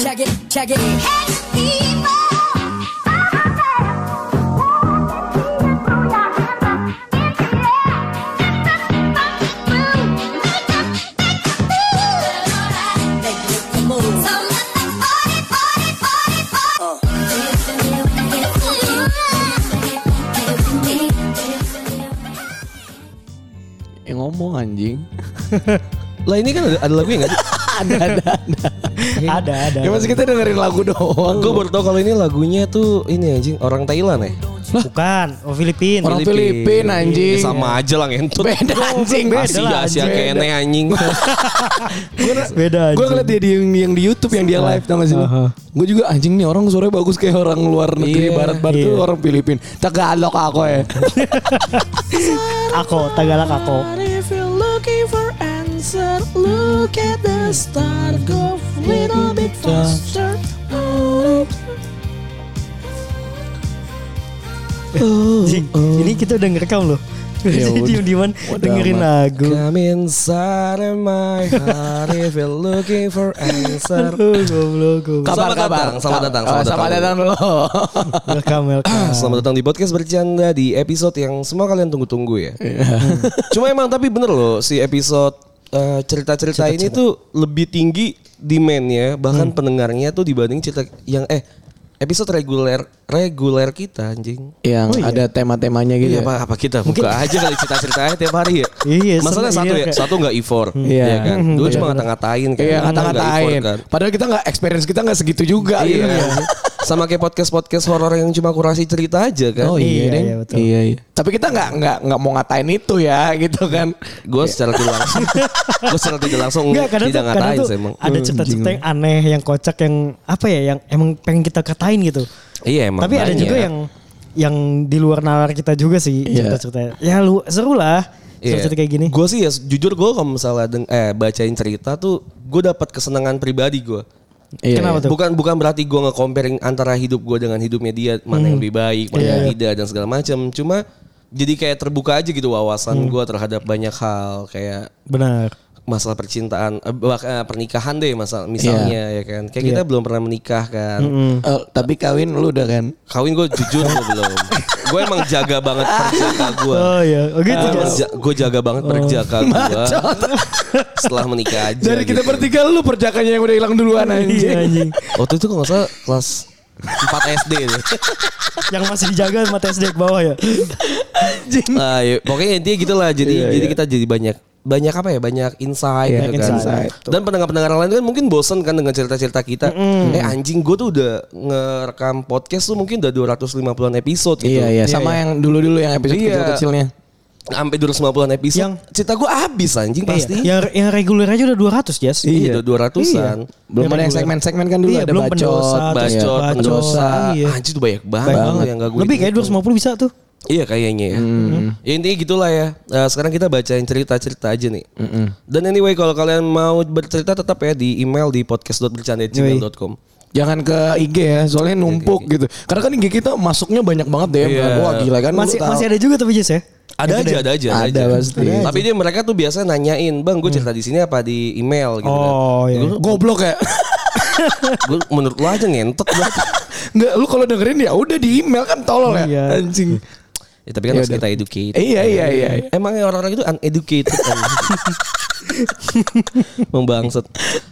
Check it. Make it the move. Eh, ngomong anjing. Lah ini kan ada, ada lagunya nggak sih? ada ada ada. Ada, ada. Ya masih kita dengerin lagu doang. Gue baru tau kalau ini lagunya tuh ini anjing orang Thailand ya. Bukan, oh Filipin. Orang Filipin anjing. Ya, sama aja lah ngentut. Iya. Beda anjing. beda Asia, lah, Asia anjing. kene anjing. Beda Gue anjing. ngeliat dia di, yang, yang di YouTube yang dia live tau gak sih lu? Gue juga anjing nih orang suaranya bagus kayak orang luar negeri Iya, barat-barat tuh iya. orang Filipin. Tagalog aku ya. Ako, Tagalog ako. If you're looking for answer, look at the star. Go little bit faster. Oh. Anjing, Ini kita udah ngerekam loh. Ya Jadi diem-dieman dengerin lagu. Come inside of my heart if you're looking for answer. Aduh, Oh, goblok, goblok. Selamat datang, selamat datang, Oh, selamat Selamat datang datang. dulu. Welcome, welcome. Ah, Selamat datang di podcast bercanda di episode yang semua kalian tunggu-tunggu ya. Cuma emang tapi bener loh si episode eh, cerita-cerita ini tuh lebih tinggi demandnya bahkan pendengarnya tuh dibanding cerita yang eh episode reguler reguler kita anjing. Yang ada tema-temanya gitu. Iya ya. apa, apa kita buka aja kali cerita-ceritanya tiap hari ya. Iya, Masalahnya satu seru, iya, ya, kayak- satu nggak Ivor, Iya. ya kan. Dulu Iya, cuma bener. ngata-ngatain kan. Iya Nggak kata-katain. Ivor kan. Padahal kita nggak experience kita nggak segitu juga. Iya. gitu. Sama kayak podcast-podcast horor yang cuma kurasi cerita aja kan. Oh iya, Iya, Deng. iya, betul. Iya, iya. Tapi kita nggak nggak nggak mau ngatain itu ya gitu kan. Gue secara tidak langsung, gue secara tidak langsung Enggak, kadang tuh, tidak kadang ngatain tuh sih emang. Hmm. ada cerita-cerita yang aneh, yang kocak, yang apa ya, yang emang pengen kita katain gitu. Iya emang. Tapi ada banyak. juga yang yang di luar nalar kita juga sih Iya. cerita-cerita. Ya lu seru lah cerita kayak gini. Gue Iya. sih ya jujur gue kalau misalnya deng- eh bacain cerita tuh gue dapat kesenangan pribadi gue. Iya, Kenapa iya. tuh? Bukan bukan berarti gue nge-comparing antara hidup gue dengan hidupnya dia mana Hmm. yang lebih baik, mana Iya, yang tidak dan segala macam. Cuma jadi kayak terbuka aja gitu wawasan Hmm. gue terhadap banyak hal kayak Benar. masalah percintaan eh, bah- eh, pernikahan deh masalah misalnya Iya. ya kan kayak kita belum pernah menikah kan Eh, tapi kawin lu udah kan. kawin gue jujur gue belum gue emang jaga banget perjaka gue Oh iya, oh gitu. ya? Jas. gue jaga banget perjaka gue setelah menikah aja Dari kita gitu. bertiga lu perjakanya yang udah hilang duluan Iya, anjing. anjing. waktu itu kalau nggak salah kelas 4 SD deh. Yang masih dijaga sama TSD ke bawah ya. Nah, ya, pokoknya intinya gitulah jadi jadi kita jadi banyak banyak apa ya banyak insight Iya, gitu kan insight. dan pendengar-pendengar lain kan mungkin bosen kan dengan cerita-cerita kita eh anjing gue tuh udah ngerekam podcast tuh mungkin udah 250-an episode gitu Iya iya sama yang dulu-dulu yang episode Iya. kecil-kecilnya. sampai 250-an episode Yang- cerita gue habis anjing pasti Iya, Yang yang reguler aja udah 200, Jas. Iya, udah 200-an. Belum ada yang Yang reguler. segmen-segmen kan dulu Iya, ada belum bacot, pendosa, terus iya. Bacot, Bacot, pendosa. iya. Anjir tuh banyak banget, Banyak tuh banget. yang gak gue Lebih kayak 250 bisa tuh. Iya kayaknya ya. Ya intinya gitulah ya. Nah, sekarang kita bacain cerita-cerita aja nih. Dan anyway kalau kalian mau bercerita tetap ya di email di podcast.bercanda@gmail.com. Jangan ke IG ya, soalnya numpuk gitu. Karena kan IG kita masuknya banih banyak banget deh. Iya. Wah gila kan. lu Masih tahu. masih ada juga tapi Jas ya. Ada aja, ada aja, Hmm. Ada pasti. Ada Tapi dia mereka tuh biasa nanyain, "Bang, gue cerita di sini apa di email?" gitu kan. Oh iya. goblok ya. Gue menurut lu aja ngentot banget. Nggak, lu kalau dengerin ya udah di email kan tolol ya. Iya. Anjing. ya, tapi kan harus kita educate. Eh, Iya iya iya. iya. Emangnya orang-orang itu uneducated kan? Membangsat.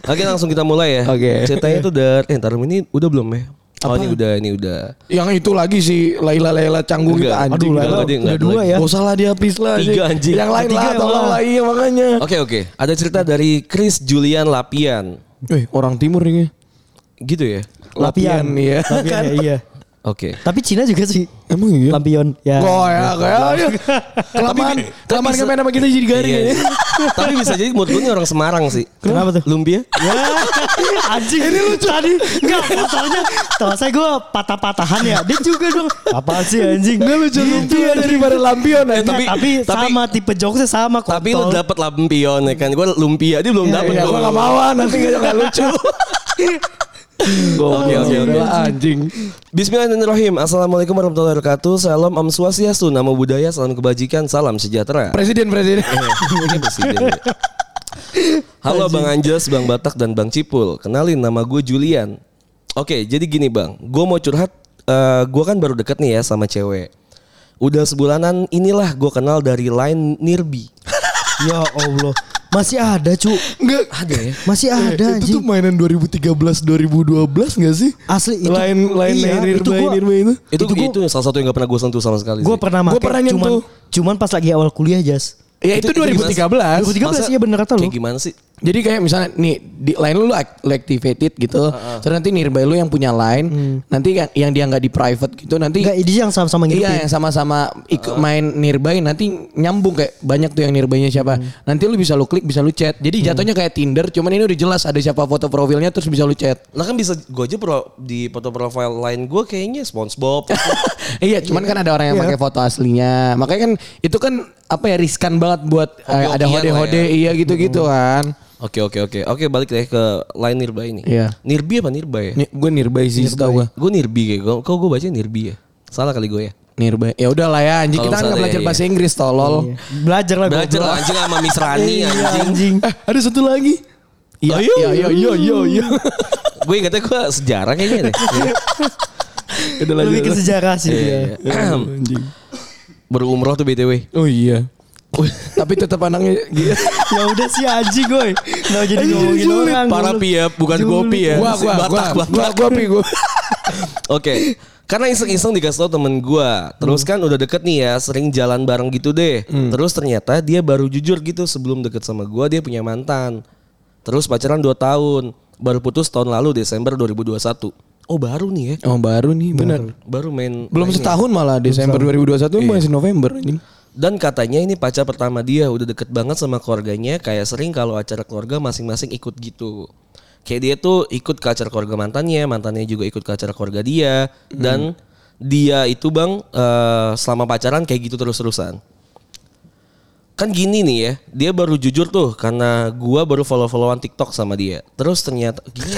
Oke langsung kita mulai ya. Oke. Ceritanya itu dari eh taruh ini udah belum ya? Oh ini udah ini udah. Yang itu lagi si Laila Laila canggung Oh, kita Enggak. anjing. Aduh, Gak Laila udah dua ya. usah lah dihapis lah. Tiga, anjing. Yang lain Tiga oh. lah yang tolong lah. lah iya makanya. Oke oke. Ada cerita dari Chris Julian Lapian. Eh orang timur nih. Gitu ya. Lapian, iya. Kan? Lapian, ya, iya. Oke. Tapi Cina juga sih. Emang iya? Lampion ya. Goyak ya. Kelamaan kelamaan bisa- kemain sama kita jadi garing Iya, ya. sih. Tapi bisa jadi menurut gue ini orang Semarang sih. Kenapa tuh? Lumbia? Ya, anjing. Ini lucu. Tadi enggak masalahnya. Tahu saya gue patah-patahan ya. Dia juga dong. Apa sih anjing? Enggak lucu lucu daripada lampion ya. Tapi, tapi, tapi- sama tipe jokesnya sama kok. Tapi lu dapet lampion ya kan. Gue lumpia. Dia belum dapet. Iya, gua. gua gak mau ah, nanti gak, gak lucu. Oke oke Oke, oke. anjing. Bismillahirrahmanirrahim. Assalamualaikum warahmatullahi wabarakatuh. Salam Om Swastiastu, Namo Buddhaya, Salam Kebajikan, Salam Sejahtera. Presiden presiden. Ini presiden ya. Halo Bang Anjas, Bang Batak, dan Bang Cipul. Kenalin nama gue Julian. Oke, jadi gini bang, gue mau curhat. eh gue kan baru deket nih ya sama cewek. Udah sebulanan inilah gue kenal dari line Nirbi. Ya Allah. Masih ada cu. Enggak. Ada ya? Masih ada Eh, itu tuh anjing. mainan 2013 2012 enggak sih? Asli itu. Lain lain Iya, Nirbe, itu gua- Nirbe itu. Itu Itu itu, gua- salah satu yang gak pernah gue sentuh sama sekali. Gue sih. pernah Gua make pernah cuman, nyentuh. cuman pas lagi awal kuliah Jas. Ya itu, itu gimana sih? 2013. 2013 Masa- iya bener kata lu. Kayak gimana sih? Jadi kayak misalnya nih di line lu ak- lu activated gitu. Terus nanti nearby lu yang punya line, nanti yang, yang dia Hmm. nggak di private gitu nanti Enggak dia yang sama-sama Iya ngidupin. yang sama-sama ikut main nearby nanti nyambung kayak banyak tuh yang nearby-nya siapa. Nanti lu bisa lu klik, bisa lu chat. Jadi jatuhnya kayak Tinder, cuman ini udah jelas ada siapa foto profilnya terus bisa lu chat. Nah kan bisa gue aja pro, di foto profile lain gue kayaknya SpongeBob. gitu. iya, cuman kan ada orang yang Iya. pakai foto aslinya. Makanya kan itu kan apa ya riskan banget buat eh, Hoki-hokian ada hode-hode lah ya. iya gitu-gitu kan. Oke oke oke oke balik deh ke line Nirba ini. Iya. Nirbi apa Nirba ya? Nih, gue nearby sih setahu gue. Gue Nirbi kayak gue. Kok gue baca Nirbi ya? Salah kali gue ya. Nearby. Ya udahlah ya anjing Kalau kita kan nggak misalnya, belajar iya. bahasa Inggris tolol. Iya. Belajar lah Belajar goblok. lah, anjing sama Misrani Iya, anjing. anjing. Eh, ada satu lagi. Iya, Ayo. iya, iya, iya, iya, iya. gue ingetnya gue sejarah kayaknya deh. Udah Lebih ke lanjut. iya. sejarah sih dia. Anjing. Berumroh tuh btw. Oh iya. Tapi tetap anaknya gitu. ya udah sih anjing gue. Nggak jadi Anjing, ngomongin julid. orang. Para goblok. piap bukan Julid. gopi ya. gua gua gua Batak, Batak. gua gua pi gua. Oke. Karena iseng-iseng dikasih tau temen gue. Terus kan udah deket nih ya. Sering jalan bareng gitu deh. Terus ternyata dia baru jujur gitu. Sebelum deket sama gue dia punya mantan. Terus pacaran 2 tahun. Baru putus tahun lalu Desember 2021. Oh baru nih ya. Oh baru nih benar. Baru main. Belum mainnya. setahun malah Desember 2021 Iya. masih November anjing. Dan katanya ini pacar pertama dia. Udah deket banget sama keluarganya. Kayak sering kalau acara keluarga masing-masing ikut gitu. Kayak dia tuh ikut ke acara keluarga mantannya. Mantannya juga ikut ke acara keluarga dia. Dan dia itu bang eh, selama pacaran kayak gitu terus-terusan. Kan gini nih ya, dia baru jujur tuh karena gua baru follow-followan TikTok sama dia. Terus ternyata gini.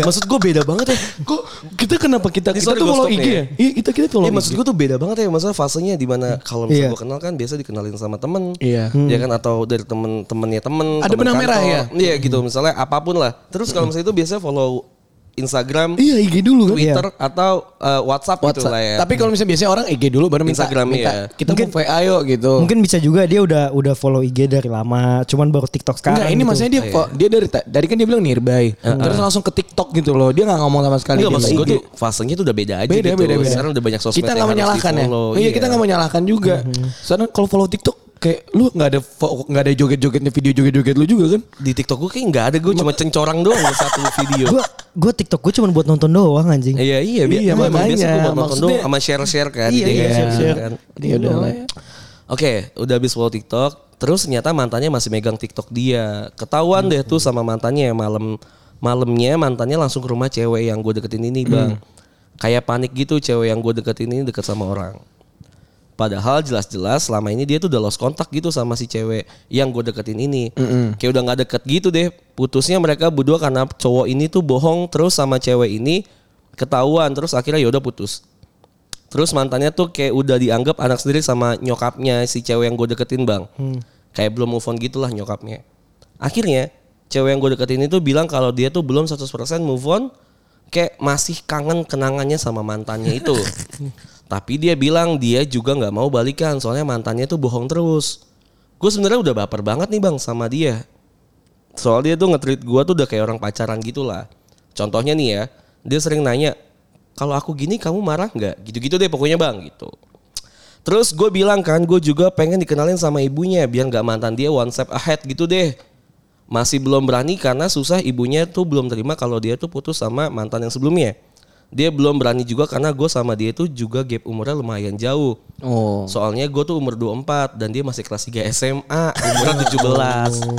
Maksud gue beda banget ya. Kok kita kenapa kita Ini kita sorry, tuh gua kalau stop IG nih ya? ya. Iya, kita kita kalau Iya maksud gue tuh beda banget ya maksudnya fasenya di mana kalau Iya. misalnya gue kenal kan biasa dikenalin sama temen, Hmm. Iya. ya kan atau dari temen-temennya temen. Ada temen benang merah kantor. ya? Iya gitu misalnya apapun lah. Terus kalau misalnya itu biasanya follow Instagram, Iya IG dulu kan. Twitter atau eh, WhatsApp, gitu WhatsApp. lah ya. Tapi kalau misalnya biasanya orang IG dulu baru minta, Instagram, minta iya. kita mau VA yuk gitu. Mungkin bisa juga dia udah udah follow IG dari lama, cuman baru TikTok sekarang. Enggak, ini gitu. maksudnya dia Iya. fo- dia dari ta- dari kan dia bilang nearby. Terus langsung ke TikTok gitu loh. Dia nggak ngomong sama sekali. Enggak di maksud gue IG. tuh fasenya tuh udah beda aja beda, gitu. beda, beda. Sekarang udah banyak sosmed Kita yang nggak harus menyalahkan ya. di-follow, Mm-hmm. iya, kita nggak menyalahkan juga. Soalnya kalau follow TikTok kayak lu nggak ada fo- nggak ada joget-jogetnya video joget-joget lu juga kan? Di TikTok gue kayak nggak ada gue cuma cengcorang doang di satu video. Gue gue TikTok gue cuman buat nonton doang anjing. Iya iya, bi- Iya, emang makanya. biasa gue buat nonton Maksudnya- doang sama share-share kan. Iya, di iya, DKM, share-share. kan. Dia udah lah. ya. Oke, udah habis follow TikTok, terus ternyata mantannya masih megang TikTok dia. Ketahuan deh tuh sama mantannya ya, malam malamnya mantannya langsung ke rumah cewek yang gue deketin ini, Bang. Kayak panik gitu cewek yang gue deketin ini deket sama orang. Padahal jelas-jelas selama ini dia tuh udah lost kontak gitu sama si cewek yang gue deketin ini. Kayak udah nggak deket gitu deh. Putusnya mereka berdua karena cowok ini tuh bohong terus sama cewek ini ketahuan terus akhirnya yaudah putus. Terus mantannya tuh kayak udah dianggap anak sendiri sama nyokapnya si cewek yang gue deketin bang. Kayak belum move on gitu lah nyokapnya. Akhirnya cewek yang gue deketin itu bilang kalau dia tuh belum 100% move on. Kayak masih kangen kenangannya sama mantannya itu. Tapi dia bilang dia juga nggak mau balikan soalnya mantannya tuh bohong terus. Gue sebenarnya udah baper banget nih bang sama dia. Soal dia tuh nge-treat gue tuh udah kayak orang pacaran gitu lah. Contohnya nih ya, dia sering nanya, kalau aku gini kamu marah nggak? Gitu-gitu deh pokoknya bang gitu. Terus gue bilang kan, gue juga pengen dikenalin sama ibunya biar nggak mantan dia one step ahead gitu deh. Masih belum berani karena susah ibunya tuh belum terima kalau dia tuh putus sama mantan yang sebelumnya. Dia belum berani juga karena gue sama dia tuh juga gap umurnya lumayan jauh. Oh. Soalnya gue tuh umur 24 dan dia masih kelas 3 SMA, umurnya 17.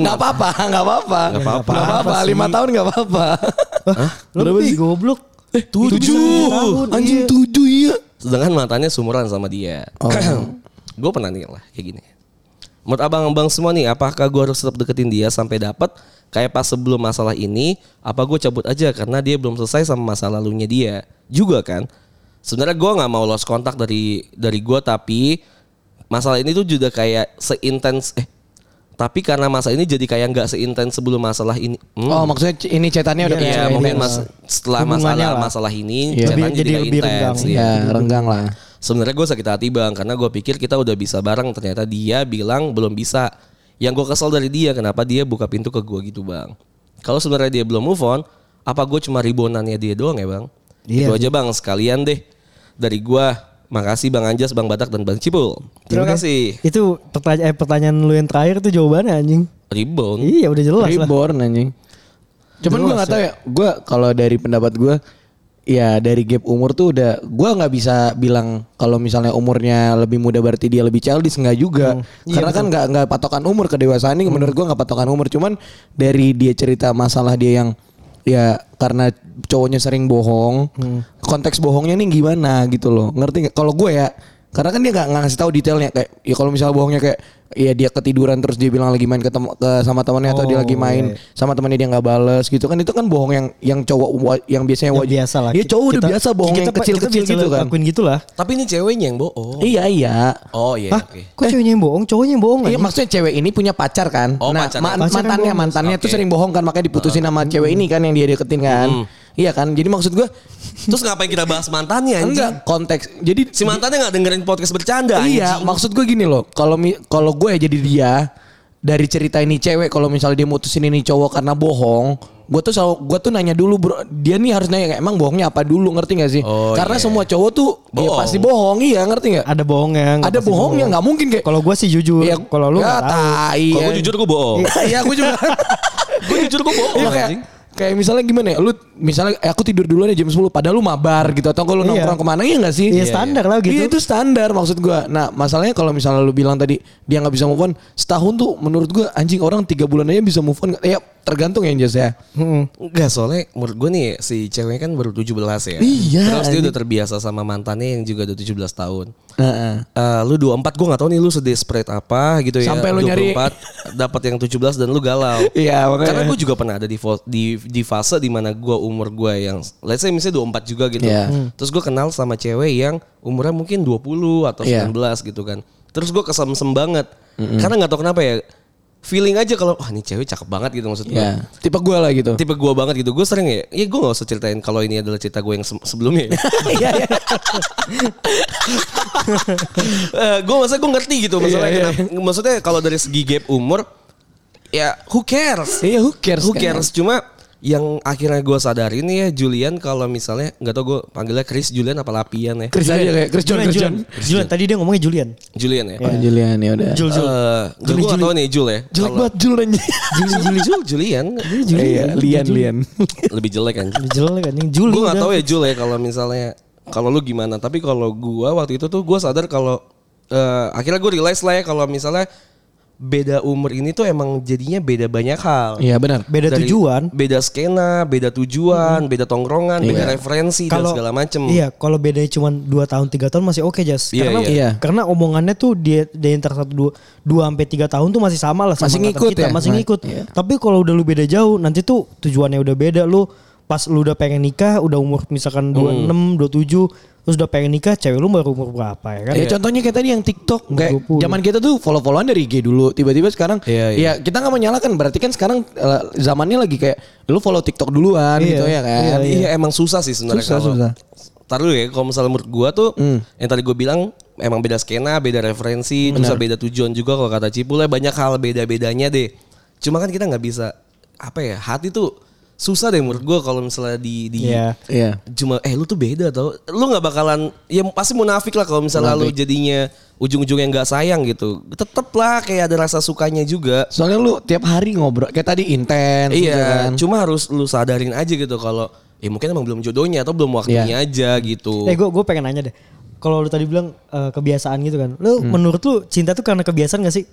Oh. Nggak apa-apa, nggak apa-apa. Nggak apa-apa. apa-apa. Lima tahun nggak apa-apa. Lu lebih goblok. Eh, Eh. Tujuh. Oh, Anjing tujuh iya. Sedangkan mantannya sumuran sama dia. Oh. gue pernah nih lah kayak gini. Menurut abang-abang semua nih, apakah gue harus tetap deketin dia sampai dapat kayak pas sebelum masalah ini? Apa gue cabut aja karena dia belum selesai sama masa lalunya dia juga kan? Sebenarnya gue nggak mau lost kontak dari dari gue tapi masalah ini tuh juga kayak seintens eh Tapi karena masa ini jadi kayak nggak seintens sebelum masalah ini. Hmm. Oh maksudnya c- ini cetannya udah ya. kayak Iya, intens. mungkin mas, setelah Hubungannya masalah lah. masalah ini Iya. ceritanya Lebih- jadi nggak lebih intens, renggang. iya. Ya renggang lah. Sebenarnya gue sakit hati bang karena gue pikir kita udah bisa bareng ternyata dia bilang belum bisa. Yang gue kesel dari dia kenapa dia buka pintu ke gue gitu bang. Kalau sebenarnya dia belum move on, apa gue cuma ribonannya dia doang ya bang? Iya Itu aja bang sekalian deh dari gue. Makasih bang Anjas, bang Batak dan bang Cipul. Terima kasih. Itu pertanyaan, eh, pertanyaan lu yang terakhir tuh jawabannya anjing. Hmm. Rebound. Iya udah jelas lah. Reborn anjing. Cuman gue gak tahu ya, gue kalau dari pendapat gue Ya dari gap umur tuh udah gua nggak bisa bilang kalau misalnya umurnya lebih muda berarti dia lebih childish nggak juga karena kan nggak nggak patokan umur kedewasaan ini menurut gua nggak patokan umur cuman dari dia cerita masalah dia yang ya karena cowoknya sering bohong konteks bohongnya nih gimana gitu loh ngerti nggak kalau gue ya karena kan dia nggak nggak ngasih tahu detailnya kayak ya kalau misalnya bohongnya kayak ya dia ketiduran terus dia bilang lagi main ke, tem- ke sama temannya atau dia lagi main Iya. sama temannya dia nggak bales gitu kan itu kan bohong yang yang cowok wa- yang biasanya Yang wajib biasa lah. ya cowok udah Kita- biasa bohong kita- yang kita kecil-kecil biasa gitu kan Lakuin gitu lah. Tapi ini ceweknya yang bohong. iya iya Oh iya. Hah? oke. Kok ceweknya yang bohong? Cowoknya yang bohong Iya anjing. maksudnya cewek ini punya pacar kan. Oh, nah, pacarnya. ma- Pacarnya mantannya bohong. mantannya tuh Oke. sering bohong kan makanya diputusin sama cewek ini kan yang dia deketin kan. Iya kan. Jadi maksud gua Terus ngapain kita bahas mantannya anjing? enggak konteks. Jadi Si mantannya nggak dengerin podcast bercanda. Iya, anjing. maksud gue gini loh. Kalau mi- kalau gue jadi dia dari cerita ini cewek kalau misalnya dia mutusin ini cowok karena bohong, gue tuh selalu gue tuh nanya dulu bro. Dia nih harus nanya emang bohongnya apa dulu ngerti gak sih? Oh, karena iya. semua cowok tuh ya Bohong. pasti bohong iya ngerti gak? Ada bohongnya. nggak Ada pasti bohongnya nggak mungkin kayak. Kalau gua sih jujur. Iya, Kalau lu ya, nggak tahu. tai, Kalau ya. gue jujur gue bohong. Iya, gue juga. gue jujur gue bohong. Iya, kayak, anjing. kayak misalnya gimana ya? Lu misalnya eh, aku tidur duluan ya jam 10 padahal lu mabar gitu atau kalau lu Iya. nongkrong kemana ya enggak sih? Iya, standar lah gitu. Iya itu standar maksud gua. Nah, masalahnya kalau misalnya lu bilang tadi dia nggak bisa move on, setahun tuh menurut gua anjing orang tiga bulan aja bisa move on. Ya tergantung ya Jas ya. Mm-mm. Enggak soalnya menurut gue nih si ceweknya kan baru 17 ya. Iya, Terus dia anjing. udah terbiasa sama mantannya yang juga udah 17 tahun. Heeh. Eh, lu 24 gue gak tahu nih lu sedesperate apa gitu ya. Sampai lu nyari- 24 dapat yang 17 dan lu galau. Iya, makanya. Karena gue juga pernah ada di fo- di, di fase di mana gue umur gue yang let's say misalnya 24 juga gitu. Iya. Terus gue kenal sama cewek yang umurnya mungkin 20 atau Iya. 19 gitu kan. Terus gue kesemsem banget. Karena nggak tahu kenapa ya feeling aja kalau wah ini cewek cakep banget gitu maksud gue Iya. Tipe gua lah gitu. tipe gue banget gitu gue sering ya ya gue gak usah ceritain kalau ini adalah cerita gue yang se- sebelumnya ya. Iya, iya. gue Eh, maksudnya gue ngerti gitu maksudnya Iya, iya. kenapa- maksudnya kalau dari segi gap umur ya who cares Iya, who cares? who kan? cares cuma yang akhirnya gue sadari nih ya Julian kalau misalnya nggak tau gue panggilnya Chris Julian apa Lapian ya Chris aja kan? kayak Chris John, Chris John. Julian. Tadi dia ngomongnya Julian. Julian ya Oh, Julian ya udah. Jul, Jul. Eh, gue Juli, gak tau nih Jul ya Jelek Kalau- banget Jul anjing. Juli Juli Jul Julian Iya, Lian Lian. lebih jelek kan Jelek anjing. Juli. gue gak udah. tahu ya Jul ya kalau misalnya kalau lu gimana tapi kalau gua waktu itu tuh gua sadar kalau eh, akhirnya gue realize lah ya kalau misalnya beda umur ini tuh emang jadinya beda banyak hal Iya, benar. Beda Dari- tujuan. Mm-hmm. beda skena beda tujuan beda tongkrongan beda referensi dan segala macem Iya, kalau bedanya cuma 2 tahun 3 tahun masih oke, Jas. Iya, karena iya. karena omongannya tuh dia dia antar 1 2 2 sampai 3 tahun tuh masih sama lah sama Masih angkatan ngikut kita, ya? masih Nah, ngikut. iya. Tapi kalau udah lu beda jauh, nanti tuh tujuannya udah beda lu pas lu udah pengen nikah udah umur misalkan Hmm. 26, 27 terus udah pengen nikah cewek lu baru umur berapa ya kan? Ya contohnya kayak tadi yang TikTok kayak 20. zaman kita tuh follow-followan dari IG dulu tiba-tiba sekarang Iya, iya. ya kita nggak menyalahkan berarti kan sekarang eh, zamannya lagi kayak lu follow TikTok duluan Iya, gitu ya kan. Iya, emang susah sih sebenarnya Susah, kalau susah. Ntar dulu ya kalau misalnya menurut gua tuh yang tadi gua bilang emang beda skena, beda referensi, terus beda tujuan juga kalau kata Cipul ya banyak hal beda-bedanya deh. Cuma kan kita nggak bisa apa ya hati tuh susah deh menurut gua kalau misalnya di di Iya. Iya. cuma eh lu tuh beda tau lu nggak bakalan ya pasti munafik lah kalau misalnya lu jadinya ujung-ujungnya nggak sayang gitu tetep lah kayak ada rasa sukanya juga Soalnya lu tiap hari ngobrol kayak tadi intens gitu Iya, kan. cuma harus lu sadarin aja gitu kalau ya mungkin emang belum jodohnya atau belum waktunya Iya. aja gitu. Eh gue gue pengen nanya deh. Kalau lu tadi bilang eh, kebiasaan gitu kan. Lu Hmm. menurut lu cinta tuh karena kebiasaan gak sih?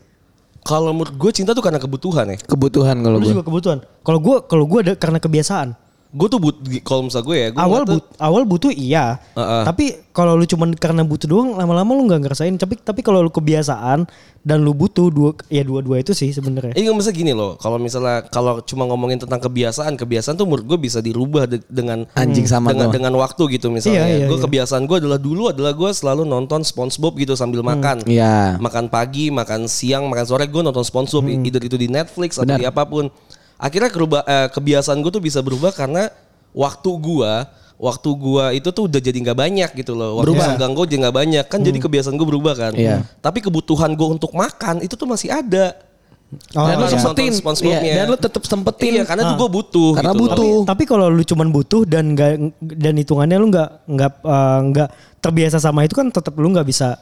Kalau menurut gue cinta tuh karena kebutuhan ya. Kebutuhan kalau Lu gue. juga kebutuhan. Kalau gue kalau gue ada karena kebiasaan. Gue tuh but, kalau misalnya gue ya, gue awal ngeliatnya- but, awal butuh iya. Heeh. Tapi kalau lu cuman karena butuh doang lama-lama lu nggak ngerasain. Tapi tapi kalau lu kebiasaan dan lu butuh dua ya dua-dua itu sih ya? sebenarnya. Ini nggak mesti iya, gini loh. Kalau misalnya kalau cuma ngomongin tentang kebiasaan, kebiasaan tuh menurut gue bisa dirubah de- dengan Anjing sama dengan gua. dengan waktu gitu misalnya. Iya, iya, gue iya. kebiasaan gue adalah dulu adalah gue selalu nonton SpongeBob gitu sambil makan. Iya. Makan pagi, makan siang, makan sore gue nonton SpongeBob. Hmm. Either itu di Netflix atau di apapun. Akhirnya kerubah- eh, kebiasaan gue tuh bisa berubah karena waktu gue waktu gua itu tuh udah jadi nggak banyak gitu loh waktu senggang gue jadi nggak banyak kan jadi kebiasaan gue berubah kan Hmm. Iya. tapi kebutuhan gue untuk makan itu tuh masih ada Oh, dan lu iya. sempetin, Nonton SpongeBob-nya. Iya, dan lu tetap sempetin. Iya karena tuh gue butuh. Ah. Karena gitu loh. butuh. Tapi kalau lu cuman butuh dan nggak dan hitungannya lu nggak nggak eh, nggak terbiasa sama itu kan tetap lu nggak bisa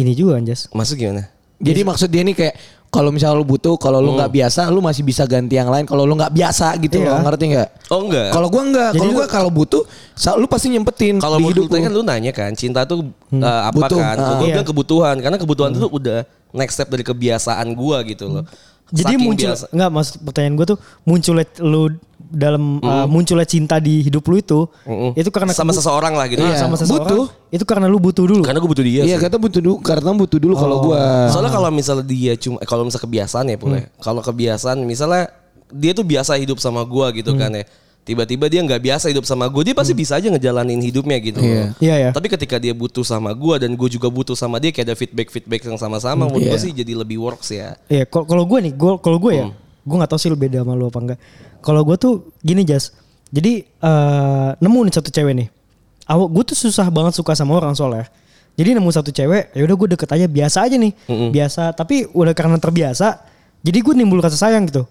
ini juga Anjas. Maksud gimana? Jadi maksud dia nih kayak kalau misalnya lu butuh, kalau lu Hmm. nggak biasa, lu masih bisa ganti yang lain. Kalau lu nggak biasa gitu Iya. loh, ngerti nggak? Oh enggak. Kalau gua nggak, Jadi kalau lu- gua kalau butuh, sa- lu pasti nyempetin Kalau di menurut lu hidup lu. tadi kan lu nanya kan cinta tuh eh, apa Butuh, kan? ah. Hmm. gue Iya. bilang kebutuhan karena kebutuhan itu udah next step dari kebiasaan gua gitu loh. Jadi Saking muncul biasa- nggak maksud pertanyaan gue tuh munculnya lu dalam eh, munculnya cinta di hidup lu itu Mm-mm. itu karena sama kebu- seseorang lah gitu. Ah, sama Iya, seseorang butuh. itu karena lu butuh dulu. Karena gue butuh Iya, dia. Ah. sih. Oh. kata butuh dulu, karena butuh dulu kalau gua. Soalnya kalau misalnya dia cuma eh, kalau misalnya kebiasaan ya pula. ya. Hmm. Kalau kebiasaan misalnya dia tuh biasa hidup sama gua Hmm. gitu kan ya. Tiba-tiba dia nggak biasa hidup sama gue, dia pasti bisa aja ngejalanin hidupnya gitu. Iya. loh. Iya, iya. Tapi ketika dia butuh sama gua dan gue juga butuh sama dia, kayak ada feedback-feedback yang sama-sama, menurut gue Iya. sih jadi lebih works ya. Iya, kal- kalau gue nih, gua- kalau gue ya, gue nggak tahu sih lu beda sama lu apa enggak. Kalau gue tuh gini Jas, jadi eh, nemu nih satu cewek nih. Awal gue tuh susah banget suka sama orang soalnya. Jadi nemu satu cewek, ya udah gue deket aja biasa aja nih, biasa. Tapi udah karena terbiasa, jadi gue nimbul rasa sayang gitu.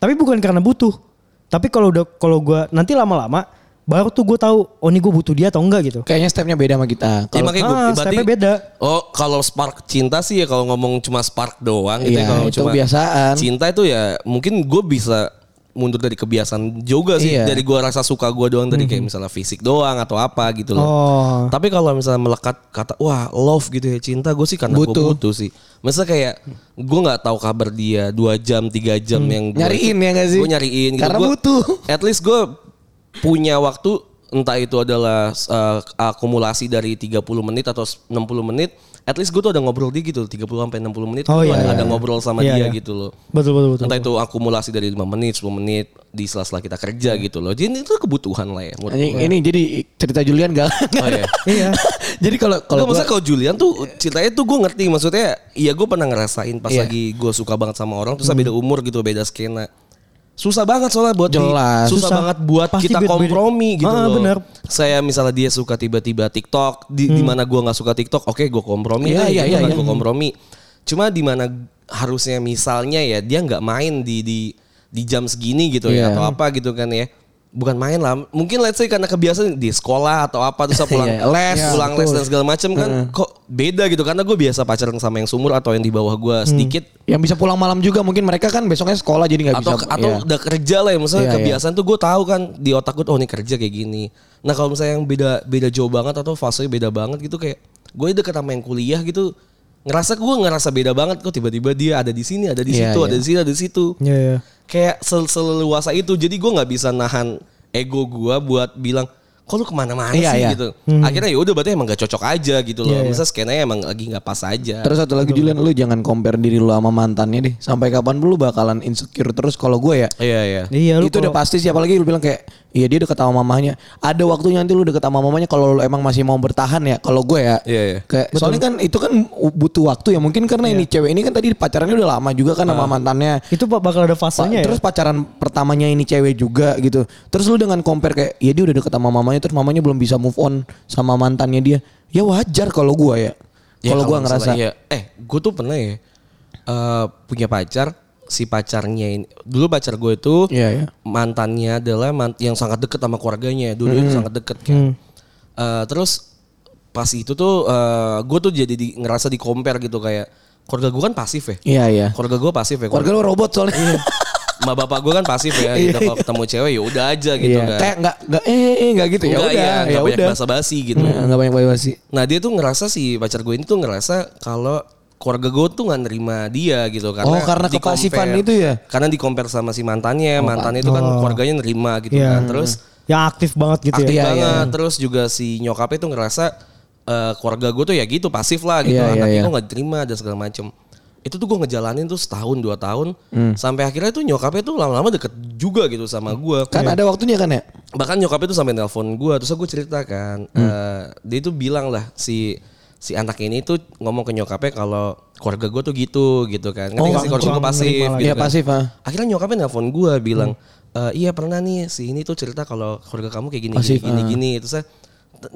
Tapi bukan karena butuh. Tapi kalau udah kalau gue nanti lama-lama, baru tuh gue tahu, oh ini gue butuh dia atau enggak gitu. Kayaknya stepnya beda sama kita. Iya, Kalau makanya Ah, berarti- stepnya beda. Oh, kalau spark cinta sih ya kalau ngomong cuma spark doang gitu Iya, ya kalau itu cuma kebiasaan. Cinta itu ya mungkin gue bisa mundur dari kebiasaan juga sih Iya. Mhm. dari gua rasa suka gua doang dari kayak misalnya fisik doang atau apa gitu loh. Oh, Tapi kalau misalnya melekat kata wah love gitu ya cinta gue sih karena gue Butuh. butuh sih. Misalnya kayak gue nggak tahu kabar dia dua jam tiga jam yang gua, Nyariin ya nggak sih? Gue nyariin gitu. Karena Gua- butuh. At least gue punya waktu entah itu adalah uh, akumulasi dari 30 menit atau 60 menit. At least gue tuh ada ngobrol dia gitu 30 sampai 60 menit Oh, gua ada, iya, iya, ada iya. ngobrol sama Iya, dia iya. gitu loh. betul betul betul. Entah itu akumulasi dari 5 menit, 10 menit di sela-sela kita kerja gitu loh. Jadi itu kebutuhan lah ya. menurut ini, gua. ini jadi cerita Julian gak? Oh, iya. Iya. jadi kalau kalau Kalau maksudnya gua- kalau Julian tuh ceritanya tuh gue ngerti maksudnya iya gue pernah ngerasain pas Iya. Hmm. lagi gue suka banget sama orang terus beda umur gitu beda skena susah banget soalnya buat di- Jelas. susah, Susah. banget buat Pasti kita beda- beda. kompromi gitu Ah, loh. bener. Saya misalnya dia suka tiba-tiba TikTok di di mana gue nggak suka TikTok oke gue Hmm. kompromi Iya, lah iya, iya, iya. gue kompromi cuma di mana harusnya misalnya ya dia nggak main di di di jam segini gitu ya Iya. atau apa gitu kan ya bukan main lah mungkin let's say karena kebiasaan di sekolah atau apa terus pulang Iya, les. pulang pulang les Betul. dan segala macem kan kok beda gitu karena gue biasa pacaran sama yang sumur atau yang di bawah gue Hmm. sedikit yang bisa pulang malam juga mungkin mereka kan besoknya sekolah jadi nggak bisa. atau atau iya. udah kerja lah ya misalnya Iya, iya. kebiasaan tuh gue tahu kan di otak gue oh ini kerja kayak gini nah kalau misalnya yang beda beda jauh banget atau fasenya beda banget gitu kayak gue deket sama yang kuliah gitu ngerasa gue ngerasa beda banget kok tiba-tiba dia ada di sini ada di Iya, situ iya. ada di sini ada di situ Iya, iya. kayak sel seleluasa itu jadi gue nggak bisa nahan ego gue buat bilang kok lu kemana-mana Iya, sih iya. gitu akhirnya ya udah berarti emang gak cocok aja gitu loh misalnya skenanya emang lagi nggak pas aja Terus satu lagi Julian lu jangan compare diri lu sama mantannya deh. Sampai kapan lu bakalan insecure terus kalau gue ya. iya iya Iya, lu itu udah pasti sih apalagi lu bilang kayak iya dia deket sama mamanya. Ada waktunya nanti lu deket sama mamanya kalau lu emang masih mau bertahan ya. Kalau gue ya. Iya, iya. Kayak, soalnya kan itu kan butuh waktu ya. Mungkin karena Iya. ini cewek ini kan tadi pacarannya udah lama juga kan sama mantannya. Itu pak bakal ada fasenya Pa- Ah. ya. terus pacaran pertamanya ini cewek juga gitu. Terus lu dengan compare kayak ya dia udah deket sama mamanya terus mamanya belum bisa move on sama mantannya dia. Ya wajar kalau gua ya. Ya, kalau gua misalnya ngerasa iya. eh gue tuh pernah ya eh, punya pacar si pacarnya ini dulu pacar gue itu Iya, iya. mantannya adalah mant yang sangat deket sama keluarganya dulu Hmm. itu sangat deket kan Eh, terus pas itu tuh gue tuh jadi di, ngerasa di compare gitu kayak keluarga gue kan pasif ya Iya iya. keluarga gue pasif ya Keluarga lu robot soalnya. Ma bapak gue kan pasif ya gitu kalau ketemu cewek ya udah aja gitu Iya. kan. Kayak enggak enggak eh eh enggak gitu ya Enggak, udah nggak ya banyak udah. basa-basi gitu. Nah, Enggak banyak basa-basi. Nah dia tuh ngerasa si pacar gue ini tuh ngerasa kalau keluarga gue tuh nggak nerima dia gitu karena Oh, karena di-compare. kepasifan itu ya? Oh, Karena di compare sama si mantannya, mantannya itu kan keluarganya nerima gitu kan. Iya. Terus Yang aktif banget gitu aktif ya. Iya, banget. iya. Terus juga si nyokapnya tuh ngerasa eh, keluarga gue tuh ya gitu pasif lah gitu. Iya, iya, Anaknya iya. kok nggak diterima dan segala macem. Itu tuh gue ngejalanin tuh setahun dua tahun Hmm. sampai akhirnya tuh nyokapnya tuh lama-lama deket juga gitu sama gue. Kan ada waktunya kan ya? Bahkan nyokapnya tuh sampai nelpon gue. Terus gue ceritakan Hmm. eh, dia tuh bilang lah si si anak ini tuh ngomong ke nyokapnya kalau keluarga gue tuh gitu gitu kan. Ngerti Oh, nggak sih keluarga kurang gue pasif menerima gitu Iya kan. pasif ah. Akhirnya nyokapnya nelpon gue bilang, "Eh, iya pernah nih si ini tuh cerita kalau keluarga kamu kayak gini Masif, gini, ah. gini gini." Terus saya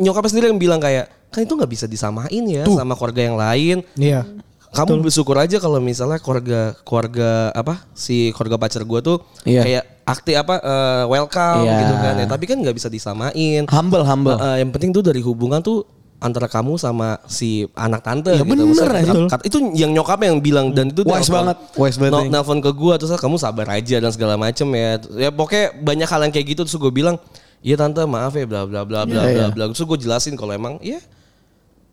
nyokapnya sendiri yang bilang kayak, "Kan itu nggak bisa disamain ya sama keluarga yang lain." Iya. Kamu bersyukur aja kalau misalnya keluarga keluarga apa si keluarga pacar gue tuh Iya. kayak aktif apa eh, welcome Iya. gitu kan ya. Tapi kan nggak bisa disamain. Humble humble. Eh, yang penting tuh dari hubungan tuh antara kamu sama si anak tante gitu. Ya bener, Maksudnya, betul. kat- itu yang nyokap yang bilang dan itu Wise nelpon- banget, wise banget. nel- nelpon ke gua terus kamu sabar aja dan segala macem ya. Ya pokoknya banyak hal yang kayak gitu terus gue bilang, "Iya tante, maaf ya bla bla bla bla Iya, bla iya. bla." Terus gue jelasin kalau emang ya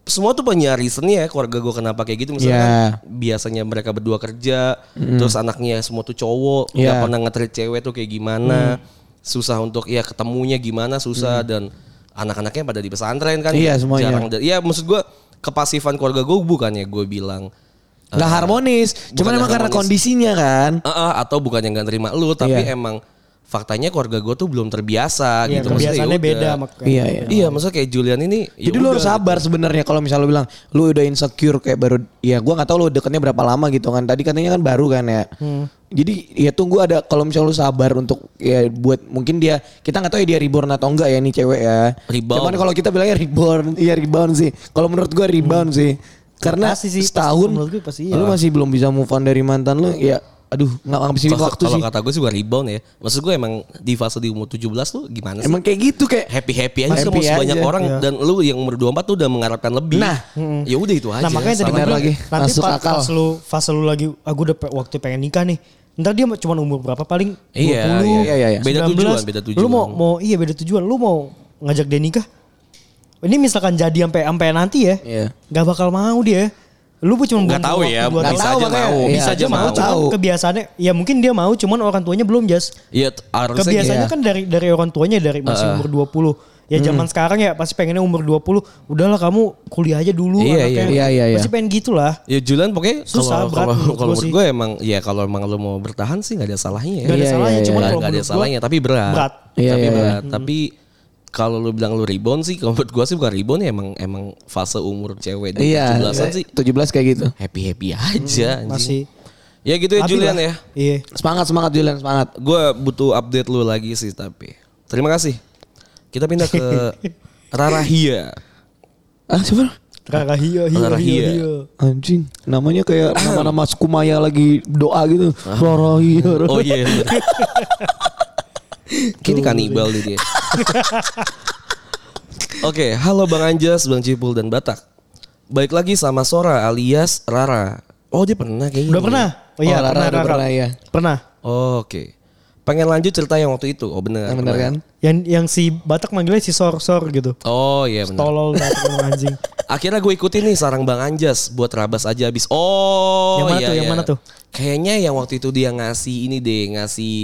semua tuh punya reasonnya ya keluarga gue kenapa kayak gitu Iya. misalnya kan biasanya mereka berdua kerja terus anaknya semua tuh cowok nggak Iya. Mm. pernah ngetrit cewek tuh kayak gimana susah untuk ya ketemunya gimana susah dan anak-anaknya pada di pesantren kan Iya, semuanya. jarang da- ya maksud gue kepasifan keluarga gue bukannya gue bilang Gak harmonis. Cuman bukan emang karena harmonis. kondisinya kan. "Eh, eh," atau bukannya nggak terima lu tapi Iya. emang faktanya keluarga gue tuh belum terbiasa Iya, gitu Maksudnya kebiasaannya ya beda udah. makanya. Iya iya. iya maksudnya kayak Julian ini ya Jadi lu harus udah. sabar sebenarnya kalau misalnya lu bilang lu udah insecure kayak baru ya gua nggak tahu lu deketnya berapa lama gitu kan. Tadi katanya kan baru kan ya. Jadi ya tunggu ada kalau misalnya lu sabar untuk ya buat mungkin dia kita nggak tahu ya dia reborn atau enggak ya ini cewek ya. Rebound. Cuman kalau kita bilangnya reborn, iya rebound sih. Kalau menurut gua rebound sih. Karena Pasti sih, pasti. setahun Menurut gua pasti iya. lu masih belum bisa move on dari mantan lu ya aduh nggak ngabisin Kalau- waktu kalau sih. kata gue sih bukan rebound ya. Maksud gue emang di fase di umur 17 lu gimana sih? Emang kayak gitu kayak happy-happy aja Happy sama sebanyak aja, orang iya. dan lu yang umur 24 tuh udah mengharapkan lebih. Nah. ya udah itu aja. Nah makanya tadi Sama- gue Bener bilang, lagi, nanti masuk pas, akal. pas lu fase lu lagi aku udah pe- waktu pengen nikah nih. Ntar dia cuma umur berapa paling 20, Iya, iya, iya, iya. Beda tujuan, beda Lu tujuan. mau mau iya beda tujuan. Lu mau ngajak dia nikah? Ini misalkan jadi sampai sampai nanti ya. Iya. Gak bakal mau dia. Lu cuma Nggak tahu ya, Nggak bisa tahu aja makanya. mau, Iya, bisa aja cuma mau. tahu. Cuman kebiasaannya ya mungkin dia mau cuman orang tuanya belum jas. Iya, t- harusnya Kebiasaannya iya. kan dari dari orang tuanya dari masih umur 20. Ya Hmm. zaman sekarang ya pasti pengennya umur 20. Udahlah kamu kuliah aja dulu Iya, anaknya. iya. Iya, iya, iya. Pasti pengen gitulah. Ya Julian pokoknya kalau Susah, berat kalau menurut kalau gue menurut sih. gue emang ya kalau emang lu mau bertahan sih nggak ada salahnya ya. Gak ada Iya, salahnya, iya, cuman iya. kalau Nggak ada menurut gua, salahnya tapi berat. berat. Iya, tapi iya, iya. berat. Tapi kalau lu bilang lu rebound sih kalau menurut gue sih bukan rebound ya emang emang fase umur cewek di Iya, 17-an sih 17 kayak gitu. happy-happy aja anjing. Hmm, masih Ya gitu ya labil Julian lah. ya. Iya. Semangat semangat Julian semangat. Gue butuh update lu lagi sih tapi. Terima kasih. Kita pindah ke Rarahia. Ah siapa? Kakak hiyo hiyo Darah hiyo hiyo. hiyo. Anjing, namanya kayak nama-nama suku Maya lagi doa gitu. Rorohi, Oh iya. Kini kanibal nih dia. Oke, halo Bang Anjas, Bang Cipul dan Batak. Baik lagi sama Sora alias Rara. Oh dia pernah kayaknya. Udah pernah? Oh iya, Oh, Rara pernah, udah Rara. pernah, iya. Pernah. Oh, Oke. Pengen lanjut cerita yang waktu itu. Oh bener. Yang bener kan? Yang yang si Batak manggilnya si sor-sor gitu. Oh iya bener. Tolol banget emang anjing. Akhirnya gue ikutin nih sarang Bang Anjas buat rabas aja abis. Oh, Yang mana iya, tuh, yang iya. mana tuh? Kayaknya yang waktu itu dia ngasih ini deh, ngasih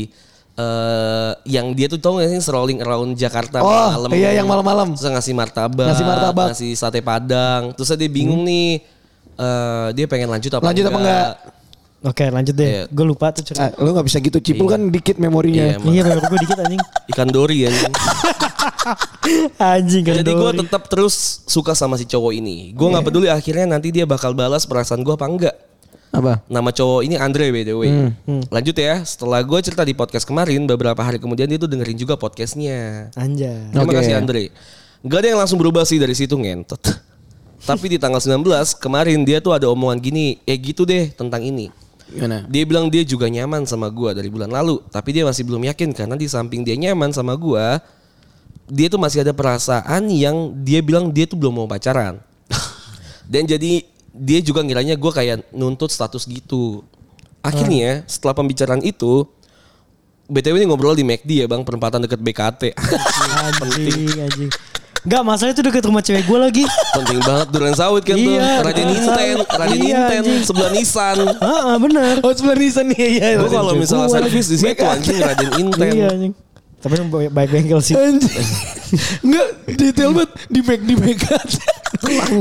eh yang dia tuh tau gak sih strolling around Jakarta Oh, iya, yang malam-malam. Terus ngasih martabak, Ngasih martabak. Hmm. ngasih sate padang. Terus dia bingung nih eh dia pengen lanjut apa Lanjut apa enggak? Oke, lanjut Iya. deh. Gue lupa tuh cerita. Ah, lu gak bisa gitu, Cipul kan dikit memorinya. Iya, emang. Iya, baru gue dikit anjing. Ikan dori ya. nih. Anjing kan. Jadi gue tetap terus suka sama si cowok ini. Gue Iya. nggak peduli akhirnya nanti dia bakal balas perasaan gue apa enggak. Apa? Nama cowok ini Andre by the way. Lanjut ya, setelah gue cerita di podcast kemarin, beberapa hari kemudian dia tuh dengerin juga podcastnya. Anjay. Terima Oke. kasih Andre. Gak ada yang langsung berubah sih dari situ ngentot. Tapi di tanggal 19 kemarin dia tuh ada omongan gini, eh gitu deh tentang ini. Gimana? Dia bilang dia juga nyaman sama gua dari bulan lalu, tapi dia masih belum yakin karena di samping dia nyaman sama gua, dia tuh masih ada perasaan yang dia bilang dia tuh belum mau pacaran. Dan jadi dia juga ngiranya gua kayak nuntut status gitu. Ah. Akhirnya setelah pembicaraan itu BTW ini ngobrol di McD ya bang Perempatan deket BKT Anjing, anjing. Enggak, masalahnya tuh deket rumah cewek gue lagi. Penting banget Duren sawit kan tuh Iya, Raden Duren Inten Sawit. Raden Iya, Inten anjing. Sebelah Nissan Ah, ah, bener. Oh sebenarnya Nisa nih, iya. Gue kalau misalnya servis di situ anjing Raden Inten Iya anjing. Tapi yang baik baik bengkel sih. Enggak detail banget di make di make